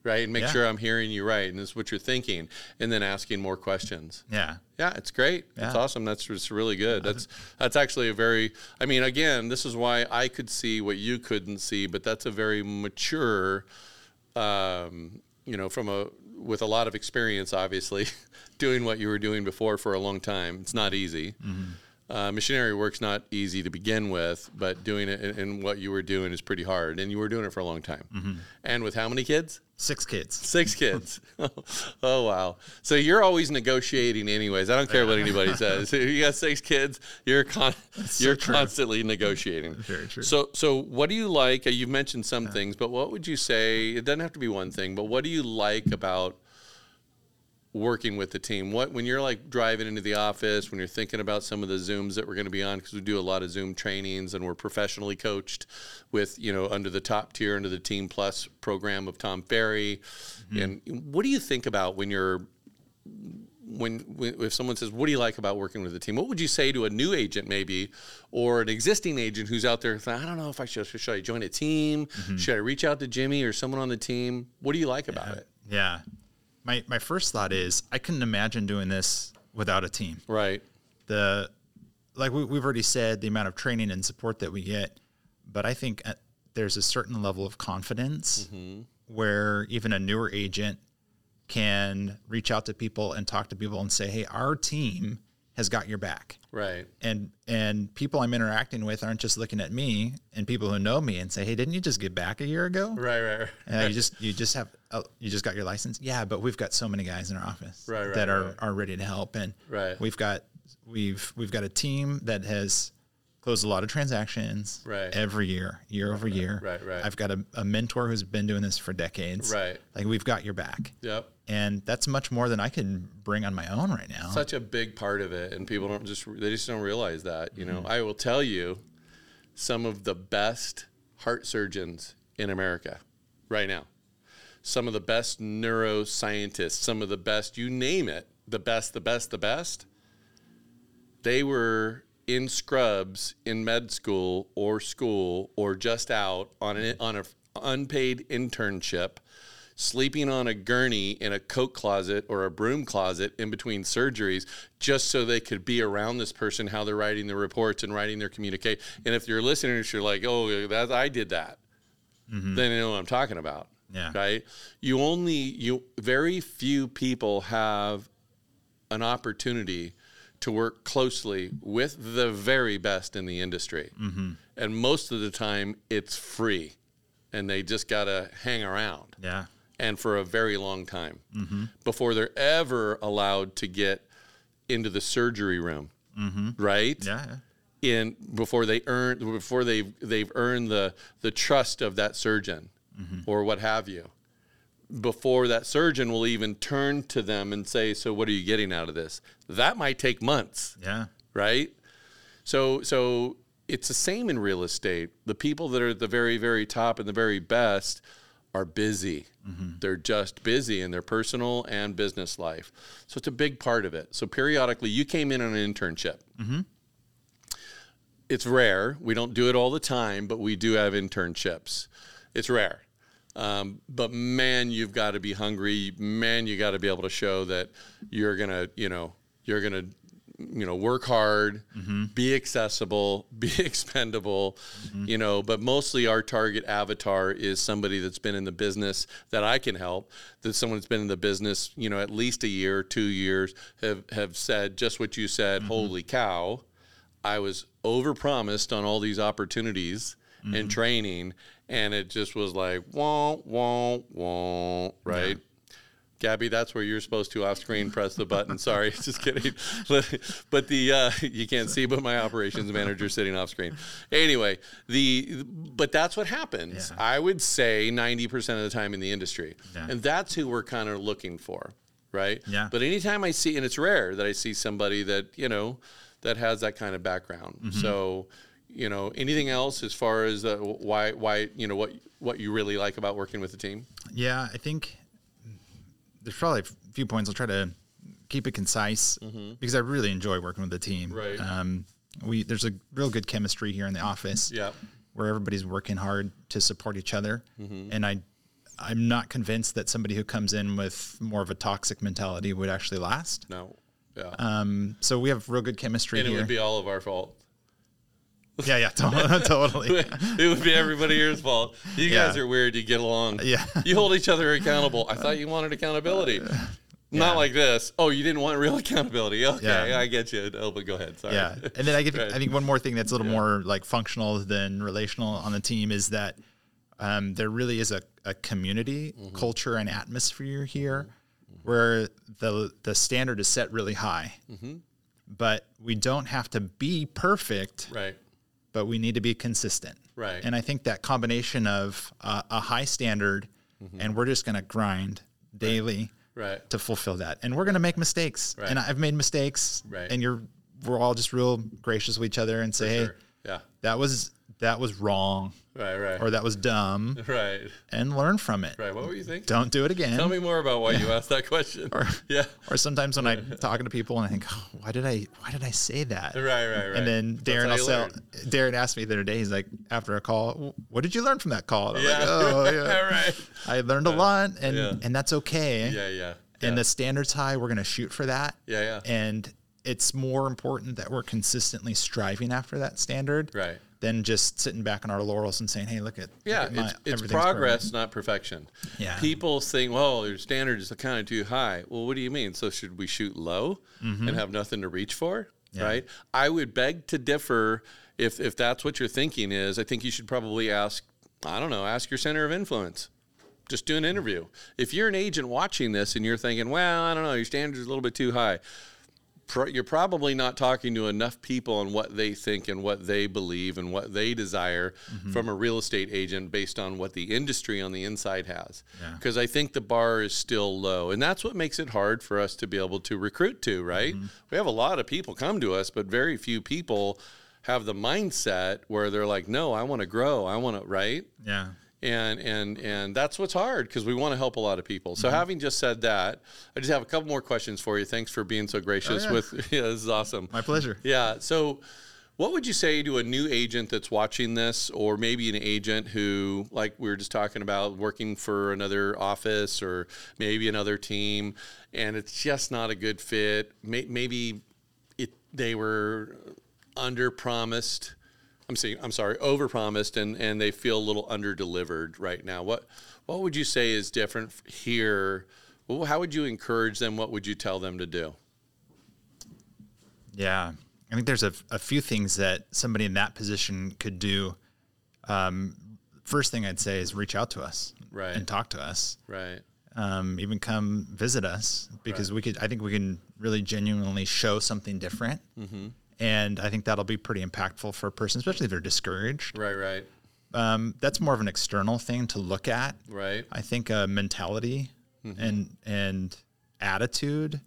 [SPEAKER 5] Right. And make
[SPEAKER 6] Yeah.
[SPEAKER 5] sure I'm hearing you right and this is what you're thinking. And then asking more questions.
[SPEAKER 6] Yeah.
[SPEAKER 5] Yeah, it's great. It's
[SPEAKER 6] Yeah.
[SPEAKER 5] awesome. That's just really good. That's that's actually a very. I mean, again, this is why I could see what you couldn't see, but that's a very mature, um, you know, from a with a lot of experience, obviously, doing what you were doing before for a long time. It's not easy. Uh, missionary work's not easy to begin with, but doing it in, in what you were doing is pretty hard, and you were doing it for a long time. And with how many kids?
[SPEAKER 6] Six kids.
[SPEAKER 5] Six kids. oh wow. So you're always negotiating, anyways. I don't care what anybody says. If you got six kids, you're con- you're
[SPEAKER 6] true.
[SPEAKER 5] constantly negotiating.
[SPEAKER 6] Very true.
[SPEAKER 5] So so what do you like? Uh, You've mentioned some things, but what would you say? It doesn't have to be one thing, but what do you like about working with the team? What when you're like driving into the office, when you're thinking about some of the Zooms that we're going to be on because we do a lot of Zoom trainings and we're professionally coached with, you know, under the top tier under the Team Plus program of Tom Ferry. And what do you think about when you're when, when if someone says, "What do you like about working with the team?" What would you say to a new agent, maybe, or an existing agent who's out there? Saying, I don't know if I should. Should I join a team? Should I reach out to Jimmy or someone on the team? What do you like about it?
[SPEAKER 6] Yeah. My my first thought is I couldn't imagine doing this without a team.
[SPEAKER 5] Right.
[SPEAKER 6] The like we, we've already said the amount of training and support that we get, but I think uh there's a certain level of confidence where even a newer agent can reach out to people and talk to people and say, "Hey, our team has got your back."
[SPEAKER 5] Right.
[SPEAKER 6] And and people I'm interacting with aren't just looking at me and people who know me and say, "Hey, didn't you just get back a year ago?"
[SPEAKER 5] Right. Right. right.
[SPEAKER 6] Uh, you just you just have oh, you just got your license. Yeah, but we've got so many guys in our office
[SPEAKER 5] Right, right,
[SPEAKER 6] that are,
[SPEAKER 5] right.
[SPEAKER 6] are ready to help, and
[SPEAKER 5] Right.
[SPEAKER 6] we've got we've we've got a team that has closed a lot of transactions
[SPEAKER 5] Right.
[SPEAKER 6] every year, year over year.
[SPEAKER 5] right, right.
[SPEAKER 6] I've got a, a mentor who's been doing this for decades.
[SPEAKER 5] Right.
[SPEAKER 6] like we've got your back,
[SPEAKER 5] Yep.
[SPEAKER 6] and that's much more than I can bring on my own right now.
[SPEAKER 5] Such a big part of it, and people don't just they just don't realize that. You know, I will tell you, some of the best heart surgeons in America, right now, some of the best neuroscientists, some of the best, you name it, the best, the best, the best. They were in scrubs in med school or school or just out on an on a unpaid internship sleeping on a gurney in a coat closet or a broom closet in between surgeries just so they could be around this person how they're writing their reports and writing their communique and if you're listening you're like oh that i did that then you know what i'm talking about
[SPEAKER 6] Yeah.
[SPEAKER 5] right you only you very few people have an opportunity to work closely with the very best in the industry. And most of the time, it's free and they just got to hang around
[SPEAKER 6] yeah,
[SPEAKER 5] and for a very long time before they're ever allowed to get into the surgery room. Right?
[SPEAKER 6] yeah,
[SPEAKER 5] in before they earn before they've they've earned the the trust of that surgeon or what have you before that surgeon will even turn to them and say so what are you getting out of this that might take months
[SPEAKER 6] yeah,
[SPEAKER 5] right So so it's the same in real estate. The people that are at the very very top and the very best are busy. They're just busy in their personal and business life. So it's a big part of it. So periodically, you came in on an internship. It's rare. We don't do it all the time, but we do have internships. It's rare. Um, but man, you've got to be hungry. Man, you got to be able to show that you're gonna, you know, you're gonna, you know, work hard, be accessible, be expendable, you know. But mostly, our target avatar is somebody that's been in the business that I can help. That someone that's been in the business, you know, at least a year, two years, have have said just what you said. Holy cow! I was overpromised on all these opportunities
[SPEAKER 6] Mm-hmm.
[SPEAKER 5] and training, and it just was like won't, won't, won't, right? Gabby, that's where you're supposed to off screen press the button. Sorry, just kidding. But, but the uh, you can't see, but my operations manager sitting off screen. Anyway, the but that's what happens.
[SPEAKER 6] Yeah.
[SPEAKER 5] I would say ninety percent of the time in the industry,
[SPEAKER 6] Yeah.
[SPEAKER 5] and that's who we're kind of looking for, right?
[SPEAKER 6] Yeah.
[SPEAKER 5] But anytime I see, and it's rare that I see somebody that you know that has that kind of background.
[SPEAKER 6] Mm-hmm.
[SPEAKER 5] So, you know, anything else as far as uh, why why you know what what you really like about working with the team?
[SPEAKER 6] Yeah, I think there's probably a few points. I'll try to keep it concise because I really enjoy working with the team.
[SPEAKER 5] Mm-hmm. Right.
[SPEAKER 6] Um, we there's a real good chemistry here in the office.
[SPEAKER 5] Yeah.
[SPEAKER 6] Where everybody's working hard to support each other,
[SPEAKER 5] Mm-hmm.
[SPEAKER 6] and I, I'm not convinced that somebody who comes in with more of a toxic mentality would actually last.
[SPEAKER 5] No. Yeah.
[SPEAKER 6] Um, so we have real good chemistry
[SPEAKER 5] and it
[SPEAKER 6] here.
[SPEAKER 5] would be all of our fault.
[SPEAKER 6] yeah, yeah, to- totally.
[SPEAKER 5] it would be everybody here's fault. You
[SPEAKER 6] Yeah.
[SPEAKER 5] guys are weird. You get along.
[SPEAKER 6] Yeah. Uh,
[SPEAKER 5] You hold each other accountable. I thought you wanted accountability. Not like this. Oh, you didn't want real accountability. Okay,
[SPEAKER 6] Yeah.
[SPEAKER 5] I get you. Oh, but go ahead. Sorry.
[SPEAKER 6] Yeah, and then I give,
[SPEAKER 5] Right.
[SPEAKER 6] I think one more thing that's a little more like functional than relational on the team is that um, there really is a, a community
[SPEAKER 5] Mm-hmm.
[SPEAKER 6] culture and atmosphere here, where the the standard is set really high,
[SPEAKER 5] Mm-hmm.
[SPEAKER 6] but we don't have to be perfect,
[SPEAKER 5] Right.
[SPEAKER 6] but we need to be consistent.
[SPEAKER 5] Right.
[SPEAKER 6] And I think that combination of uh, a high standard
[SPEAKER 5] Mm-hmm.
[SPEAKER 6] and we're just going to grind daily
[SPEAKER 5] Right.
[SPEAKER 6] to fulfill that. And we're going to make mistakes.
[SPEAKER 5] Right.
[SPEAKER 6] And I've made mistakes.
[SPEAKER 5] Right.
[SPEAKER 6] And you're we're all just real gracious with each other and say, "Hey,
[SPEAKER 5] Sure. Yeah.
[SPEAKER 6] that was that was wrong
[SPEAKER 5] Right. Right.
[SPEAKER 6] or that was dumb,"
[SPEAKER 5] right.
[SPEAKER 6] and learn from it.
[SPEAKER 5] Right. What were you thinking?
[SPEAKER 6] Don't do it again.
[SPEAKER 5] Tell me more about why you asked that question. yeah.
[SPEAKER 6] Or sometimes when I'm talking to people and I think, oh, "Why did I why did I say that?"
[SPEAKER 5] Right. Right. Right.
[SPEAKER 6] And then Darren,
[SPEAKER 5] how
[SPEAKER 6] will
[SPEAKER 5] you
[SPEAKER 6] say,
[SPEAKER 5] learn.
[SPEAKER 6] Darren asked me the other day, he's like, after a call, "W- what did you learn from that call? And I'm
[SPEAKER 5] Yeah.
[SPEAKER 6] like, oh, yeah.
[SPEAKER 5] right.
[SPEAKER 6] I learned a lot and,
[SPEAKER 5] Yeah.
[SPEAKER 6] and that's okay.
[SPEAKER 5] Yeah. Yeah.
[SPEAKER 6] And
[SPEAKER 5] yeah.
[SPEAKER 6] the standard's high. We're going to shoot for that.
[SPEAKER 5] Yeah. Yeah.
[SPEAKER 6] and it's more important that we're consistently striving after that standard
[SPEAKER 5] Right.
[SPEAKER 6] than just sitting back on our laurels and saying, "Hey, look at
[SPEAKER 5] Yeah,
[SPEAKER 6] look at my-
[SPEAKER 5] it's, it's
[SPEAKER 6] everything's
[SPEAKER 5] progress, not perfection.
[SPEAKER 6] Yeah.
[SPEAKER 5] People think, well, your standard is kind of too high. Well, what do you mean? So should we shoot low
[SPEAKER 6] Mm-hmm.
[SPEAKER 5] and have nothing to reach for? Right? I would beg to differ if, if that's what your thinking is. I think you should probably ask, I don't know, ask your center of influence. Just do an interview. If you're an agent watching this and you're thinking, well, I don't know, your standard is a little bit too high, pro- you're probably not talking to enough people on what they think and what they believe and what they desire from a real estate agent based on what the industry on the inside has. Because I think the bar is still low. And that's what makes it hard for us to be able to recruit to, right? We have a lot of people come to us, but very few people have the mindset where they're like, no, I want to grow. I want to, right?
[SPEAKER 6] progress." Yeah,
[SPEAKER 5] and and and that's what's hard because we want to help a lot of people. So having just said that, I just have a couple more questions for you. Thanks for being so gracious
[SPEAKER 6] yeah.
[SPEAKER 5] with yeah, this is awesome.
[SPEAKER 6] my pleasure.
[SPEAKER 5] Yeah. So, what would you say to a new agent that's watching this, or maybe an agent who, like we were just talking about, working for another office or maybe another team, and it's just not a good fit? May- Maybe it they were under promised. I'm saying, I'm sorry, over promised, and and they feel a little under delivered right now. What what would you say is different here? Well, How would you encourage them? What would you tell them to do?
[SPEAKER 6] Yeah, I think there's a, a few things that somebody in that position could do. Um, first thing I'd say is reach out to us
[SPEAKER 5] Right.
[SPEAKER 6] and talk to us.
[SPEAKER 5] Right.
[SPEAKER 6] Um, even come visit us because we could. I think we can really genuinely show something different,
[SPEAKER 5] Mm-hmm.
[SPEAKER 6] and I think that'll be pretty impactful for a person, especially if they're discouraged.
[SPEAKER 5] Right. Right.
[SPEAKER 6] um, that's more of an external thing to look at.
[SPEAKER 5] Right. Mm-hmm.
[SPEAKER 6] I think uh, mentality and and attitude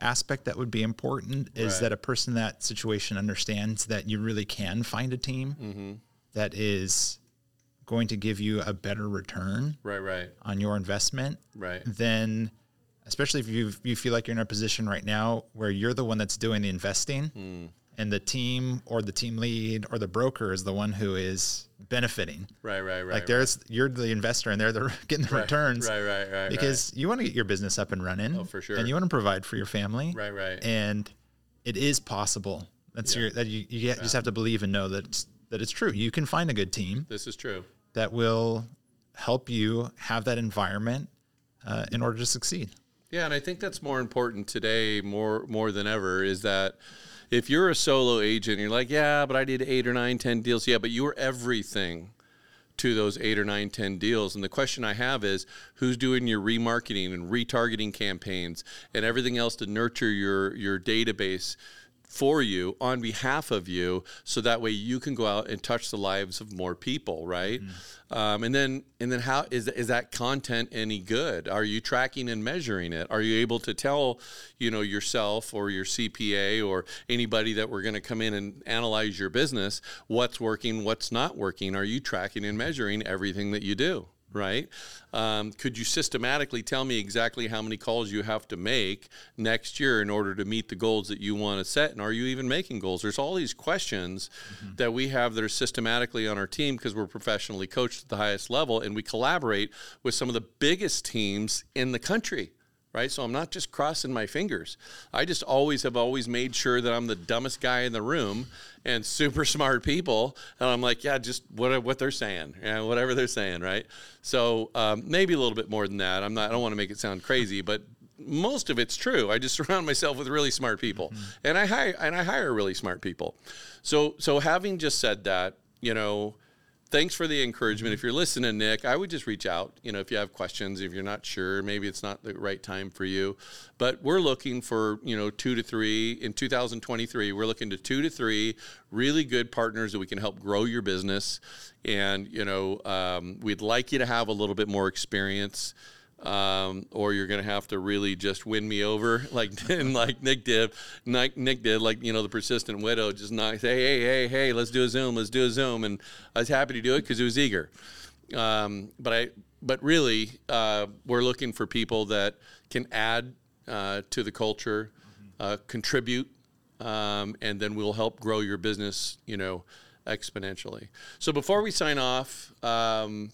[SPEAKER 6] aspect that would be important is
[SPEAKER 5] Right.
[SPEAKER 6] that a person in that situation understands that you really can find a team
[SPEAKER 5] Mm-hmm.
[SPEAKER 6] that is going to give you a better return
[SPEAKER 5] Right, right,
[SPEAKER 6] on your investment
[SPEAKER 5] right.
[SPEAKER 6] Mm. then especially if you you feel like you're in a position right now where you're the one that's doing the investing
[SPEAKER 5] Mm.
[SPEAKER 6] and the team or the team lead or the broker is the one who is benefiting
[SPEAKER 5] Right, right, right.
[SPEAKER 6] like there's you're the investor and they're the, getting the
[SPEAKER 5] right,
[SPEAKER 6] returns
[SPEAKER 5] Right, right, right. right.
[SPEAKER 6] because you want to get your business up and running
[SPEAKER 5] for sure.
[SPEAKER 6] and you want to provide for your family
[SPEAKER 5] Right, right.
[SPEAKER 6] and it is possible that's your that you, you just have to believe and know that it's, that it's true you can find a good team
[SPEAKER 5] this is true.
[SPEAKER 6] that will help you have that environment uh, in order to succeed.
[SPEAKER 5] Yeah, and I think that's more important today, more more than ever, is that if you're a solo agent, you're like, yeah, but I did eight or nine, ten deals. Yeah, but you were everything to those eight or nine, ten deals. And the question I have is, who's doing your remarketing and retargeting campaigns and everything else to nurture your your database? For you, on behalf of you, so that way you can go out and touch the lives of more people, right? Um, and then, and then, how is is that content any good? Are you tracking and measuring it? Are you able to tell, you know, yourself or your CPA or anybody that we're going to come in and analyze your business what's working, what's not working? Are you tracking and measuring everything that you do? Right? Um, could you systematically tell me exactly how many calls you have to make next year in order to meet the goals that you want to set? And are you even making goals? There's all these questions that we have that are systematically on our team because we're professionally coached at the highest level and we collaborate with some of the biggest teams in the country right? So I'm not just crossing my fingers. I just always have always made sure that I'm the dumbest guy in the room and super smart people. And I'm like, yeah, just what what they're saying, yeah, whatever they're saying, right? So um, maybe a little bit more than that. I'm not. I don't want to make it sound crazy, but most of it's true. I just surround myself with really smart people, and I hire and I hire really smart people. So so having just said that, you know thanks for the encouragement. If you're listening, Nick, I would just reach out. You know, if you have questions, if you're not sure, maybe it's not the right time for you. But we're looking for, you know, two to three in 2023. We're looking to two to three really good partners that we can help grow your business. And, you know, um, we'd like you to have a little bit more experience um, or you're going to have to really just win me over, like like Nick did, like Nick did, like you know the persistent widow, just not say, hey, hey, hey, let's do a Zoom, let's do a Zoom, and I was happy to do it because he was eager. Um, but I, but really, uh, we're looking for people that can add uh, to the culture, uh, contribute, um, and then we'll help grow your business, you know, exponentially. So before we sign off, um,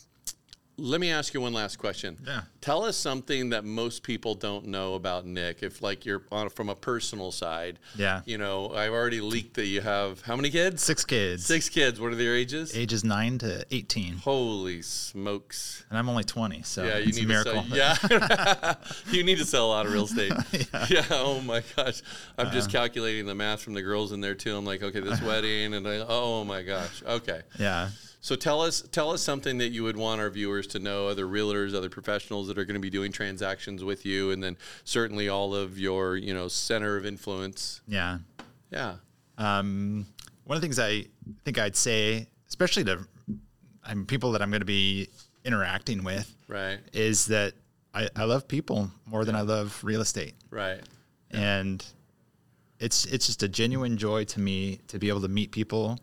[SPEAKER 5] let me ask you one last question.
[SPEAKER 6] Yeah.
[SPEAKER 5] Tell us something that most people don't know about Nick. If like you're on from a personal side.
[SPEAKER 6] Yeah.
[SPEAKER 5] You know, I've already leaked that you have how many kids?
[SPEAKER 6] Six kids,
[SPEAKER 5] Six kids. What are their ages?
[SPEAKER 6] ages nine to eighteen,
[SPEAKER 5] Holy smokes.
[SPEAKER 6] and I'm only twenty, so
[SPEAKER 5] Yeah, you
[SPEAKER 6] Uh, it's
[SPEAKER 5] need
[SPEAKER 6] a miracle.
[SPEAKER 5] to sell. Yeah, you need to sell a lot of real estate. yeah. Oh my gosh, I'm
[SPEAKER 6] Uh.
[SPEAKER 5] just calculating the math from the girls in there too. I'm like, okay, this wedding, and I, oh my gosh, okay.
[SPEAKER 6] Yeah.
[SPEAKER 5] So tell us, tell us something that you would want our viewers to know, other realtors, other professionals that are going to be doing transactions with you, and then certainly all of your, you know, center of influence.
[SPEAKER 6] yeah,
[SPEAKER 5] Yeah.
[SPEAKER 6] Um, one of the things I think I'd say, especially to I mean, people that I'm going to be interacting with,
[SPEAKER 5] Right.
[SPEAKER 6] is that I, I love people more than I love real estate.
[SPEAKER 5] Right.
[SPEAKER 6] and it's it's just a genuine joy to me to be able to meet people,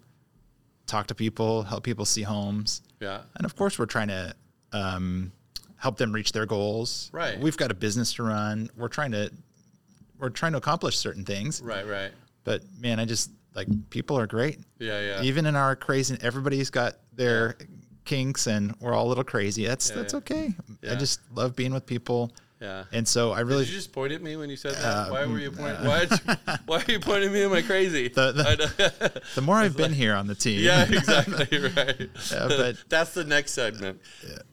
[SPEAKER 6] talk to people, help people see homes,
[SPEAKER 5] Yeah.
[SPEAKER 6] and of course we're trying to um, help them reach their goals.
[SPEAKER 5] Right.
[SPEAKER 6] We've got a business to run. We're trying to we're trying to accomplish certain things.
[SPEAKER 5] Right. Right.
[SPEAKER 6] But man, I just like people are great.
[SPEAKER 5] Yeah. Yeah.
[SPEAKER 6] Even in our crazy, everybody's got their kinks, and we're all a little crazy. That's that's
[SPEAKER 5] yeah.
[SPEAKER 6] okay.
[SPEAKER 5] Yeah.
[SPEAKER 6] I just love being with people.
[SPEAKER 5] yeah.
[SPEAKER 6] And so I really
[SPEAKER 5] Did you just point at me when you said
[SPEAKER 6] Uh,
[SPEAKER 5] that? why were you pointing? why, why are you pointing at me? Am I crazy?
[SPEAKER 6] the-
[SPEAKER 5] I know.
[SPEAKER 6] The more I've been here on the team,
[SPEAKER 5] yeah, exactly right.
[SPEAKER 6] but-
[SPEAKER 5] That's the next segment,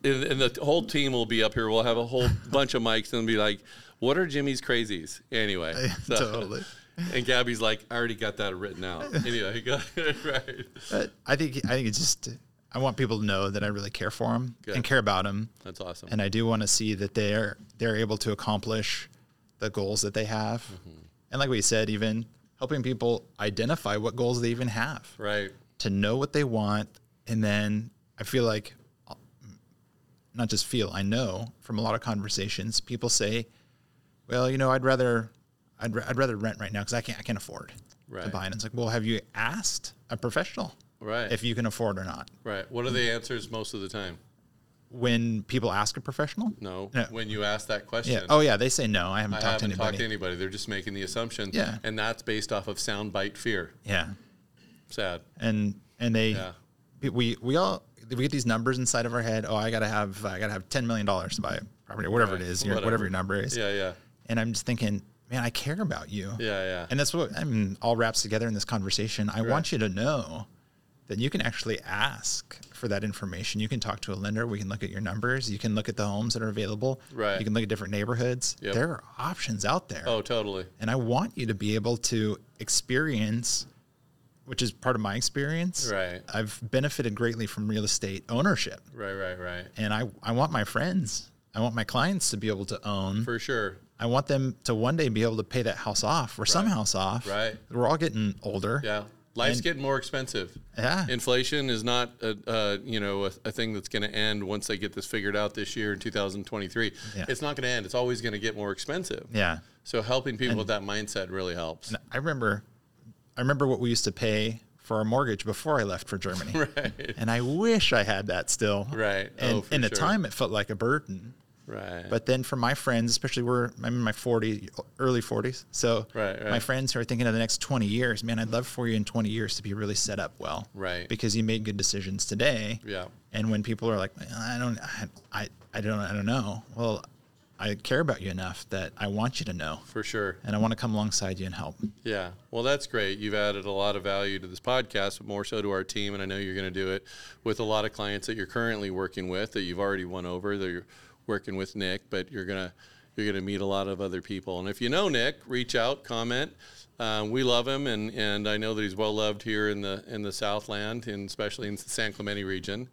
[SPEAKER 5] and, and the whole team will be up here. We'll have a whole bunch of mics and be like, "What are Jimmy's crazies?" Anyway, so-
[SPEAKER 6] totally.
[SPEAKER 5] And Gabby's like, "I already got that written out." Anyway, go- right?
[SPEAKER 6] But I think I think it's just I want people to know that I really care for them
[SPEAKER 5] Good.
[SPEAKER 6] and care about them,
[SPEAKER 5] That's awesome.
[SPEAKER 6] and I do want to see that they're they're able to accomplish the goals that they have,
[SPEAKER 5] Mm-hmm.
[SPEAKER 6] and like we said, even helping people identify what goals they even have
[SPEAKER 5] right?
[SPEAKER 6] to know what they want, and then I feel like not just feel I know from a lot of conversations people say, well, you know, I'd rather I'd, ra- I'd rather rent right now because I can't I can't afford to
[SPEAKER 5] Right.
[SPEAKER 6] buy. And it's like, well, have you asked a professional
[SPEAKER 5] Right.
[SPEAKER 6] if you can afford or not?
[SPEAKER 5] right. What are the answers most of the time?
[SPEAKER 6] When people ask a professional,
[SPEAKER 5] No.
[SPEAKER 6] No.
[SPEAKER 5] When you ask that question,
[SPEAKER 6] yeah, oh yeah, they say no. I haven't
[SPEAKER 5] I
[SPEAKER 6] talked
[SPEAKER 5] haven't
[SPEAKER 6] to
[SPEAKER 5] talked
[SPEAKER 6] anybody.
[SPEAKER 5] to anybody. They're just making the assumption.
[SPEAKER 6] Yeah.
[SPEAKER 5] And that's based off of soundbite fear.
[SPEAKER 6] yeah,
[SPEAKER 5] Sad.
[SPEAKER 6] and and they
[SPEAKER 5] Yeah.
[SPEAKER 6] pe- we we all we get these numbers inside of our head. Oh, I gotta have I gotta have ten million dollars to buy a property, or whatever it
[SPEAKER 5] Right,
[SPEAKER 6] is, your, whatever.
[SPEAKER 5] whatever.
[SPEAKER 6] your number is.
[SPEAKER 5] Yeah. Yeah.
[SPEAKER 6] And I'm just thinking, man, I care about you.
[SPEAKER 5] Yeah. Yeah.
[SPEAKER 6] And that's what I mean, all wraps together in this conversation. I want you to know that you can actually ask for that information. You can talk to a lender. We can look at your numbers. You can look at the homes that are available.
[SPEAKER 5] Right.
[SPEAKER 6] You can look at different neighborhoods.
[SPEAKER 5] Yep.
[SPEAKER 6] There are options out there.
[SPEAKER 5] oh, totally.
[SPEAKER 6] And I want you to be able to experience, which is part of my experience.
[SPEAKER 5] Right.
[SPEAKER 6] I've benefited greatly from real estate ownership.
[SPEAKER 5] Right. Right. Right.
[SPEAKER 6] And I, I want my friends, I want my clients to be able to own.
[SPEAKER 5] For sure.
[SPEAKER 6] I want them to one day be able to pay that house off or some house off.
[SPEAKER 5] Right.
[SPEAKER 6] We're all getting older.
[SPEAKER 5] Yeah. Life's
[SPEAKER 6] And-
[SPEAKER 5] getting more expensive.
[SPEAKER 6] Yeah.
[SPEAKER 5] Inflation is not a, a you know a, a thing that's going to end once they get this figured out this year in 2023.
[SPEAKER 6] Yeah.
[SPEAKER 5] It's not going to end. It's always going to get more expensive.
[SPEAKER 6] yeah.
[SPEAKER 5] So helping people with that mindset really helps.
[SPEAKER 6] I remember I remember what we used to pay for our mortgage before I left for Germany.
[SPEAKER 5] Right.
[SPEAKER 6] And I wish I had that still.
[SPEAKER 5] Right.
[SPEAKER 6] And
[SPEAKER 5] Oh, for
[SPEAKER 6] in the
[SPEAKER 5] sure.
[SPEAKER 6] time it felt like a burden.
[SPEAKER 5] Right.
[SPEAKER 6] But then for my friends, especially we're I'm in my 40s, early 40s. So
[SPEAKER 5] Right, right.
[SPEAKER 6] my friends who are thinking of the next 20 years, man, I'd love for you in 20 years to be really set up well.
[SPEAKER 5] Right.
[SPEAKER 6] Because you made good decisions today.
[SPEAKER 5] Yeah.
[SPEAKER 6] And when people are like, I don't, I, I, I don't, I don't know. Well, I care about you enough that I want you to know,
[SPEAKER 5] for sure.
[SPEAKER 6] and I want to come alongside you and help.
[SPEAKER 5] Yeah. Well, that's great. You've added a lot of value to this podcast, but more so to our team. And I know you're going to do it with a lot of clients that you're currently working with that you've already won over that you're working with Nick, but you're going to, you're going to meet a lot of other people. And if you know Nick, reach out, comment. Um, we love him, and, and I know that he's well loved here in the in the Southland, and especially in the San Clemente region.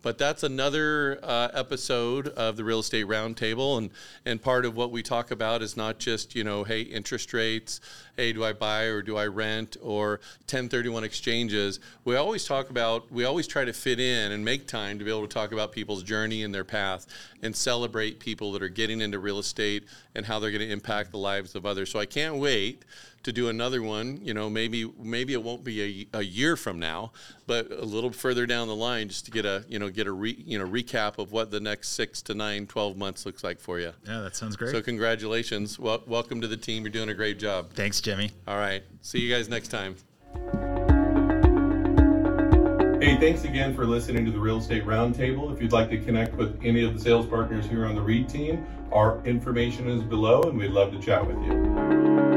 [SPEAKER 5] But that's another uh, episode of the Real Estate Roundtable, and and part of what we talk about is not just you know, hey, interest rates, hey, do I buy or do I rent or 1031 exchanges. We always talk about, we always try to fit in and make time to be able to talk about people's journey and their path, and celebrate people that are getting into real estate and how they're going to impact the lives of others. So I can't wait to do another one. You know, maybe maybe it won't be a, a year from now, but a little further down the line, just to get a you know get a re, you know recap of what the next six to nine, 12 months looks like for you.
[SPEAKER 6] Yeah, that sounds great.
[SPEAKER 5] So congratulations, well, welcome to the team. You're doing a great job.
[SPEAKER 6] Thanks, Jimmy.
[SPEAKER 5] All right, see you guys next time.
[SPEAKER 4] Hey, thanks again for listening to the Real Estate Roundtable. If you'd like to connect with any of the sales partners here on the Reed team, our information is below and we'd love to chat with you.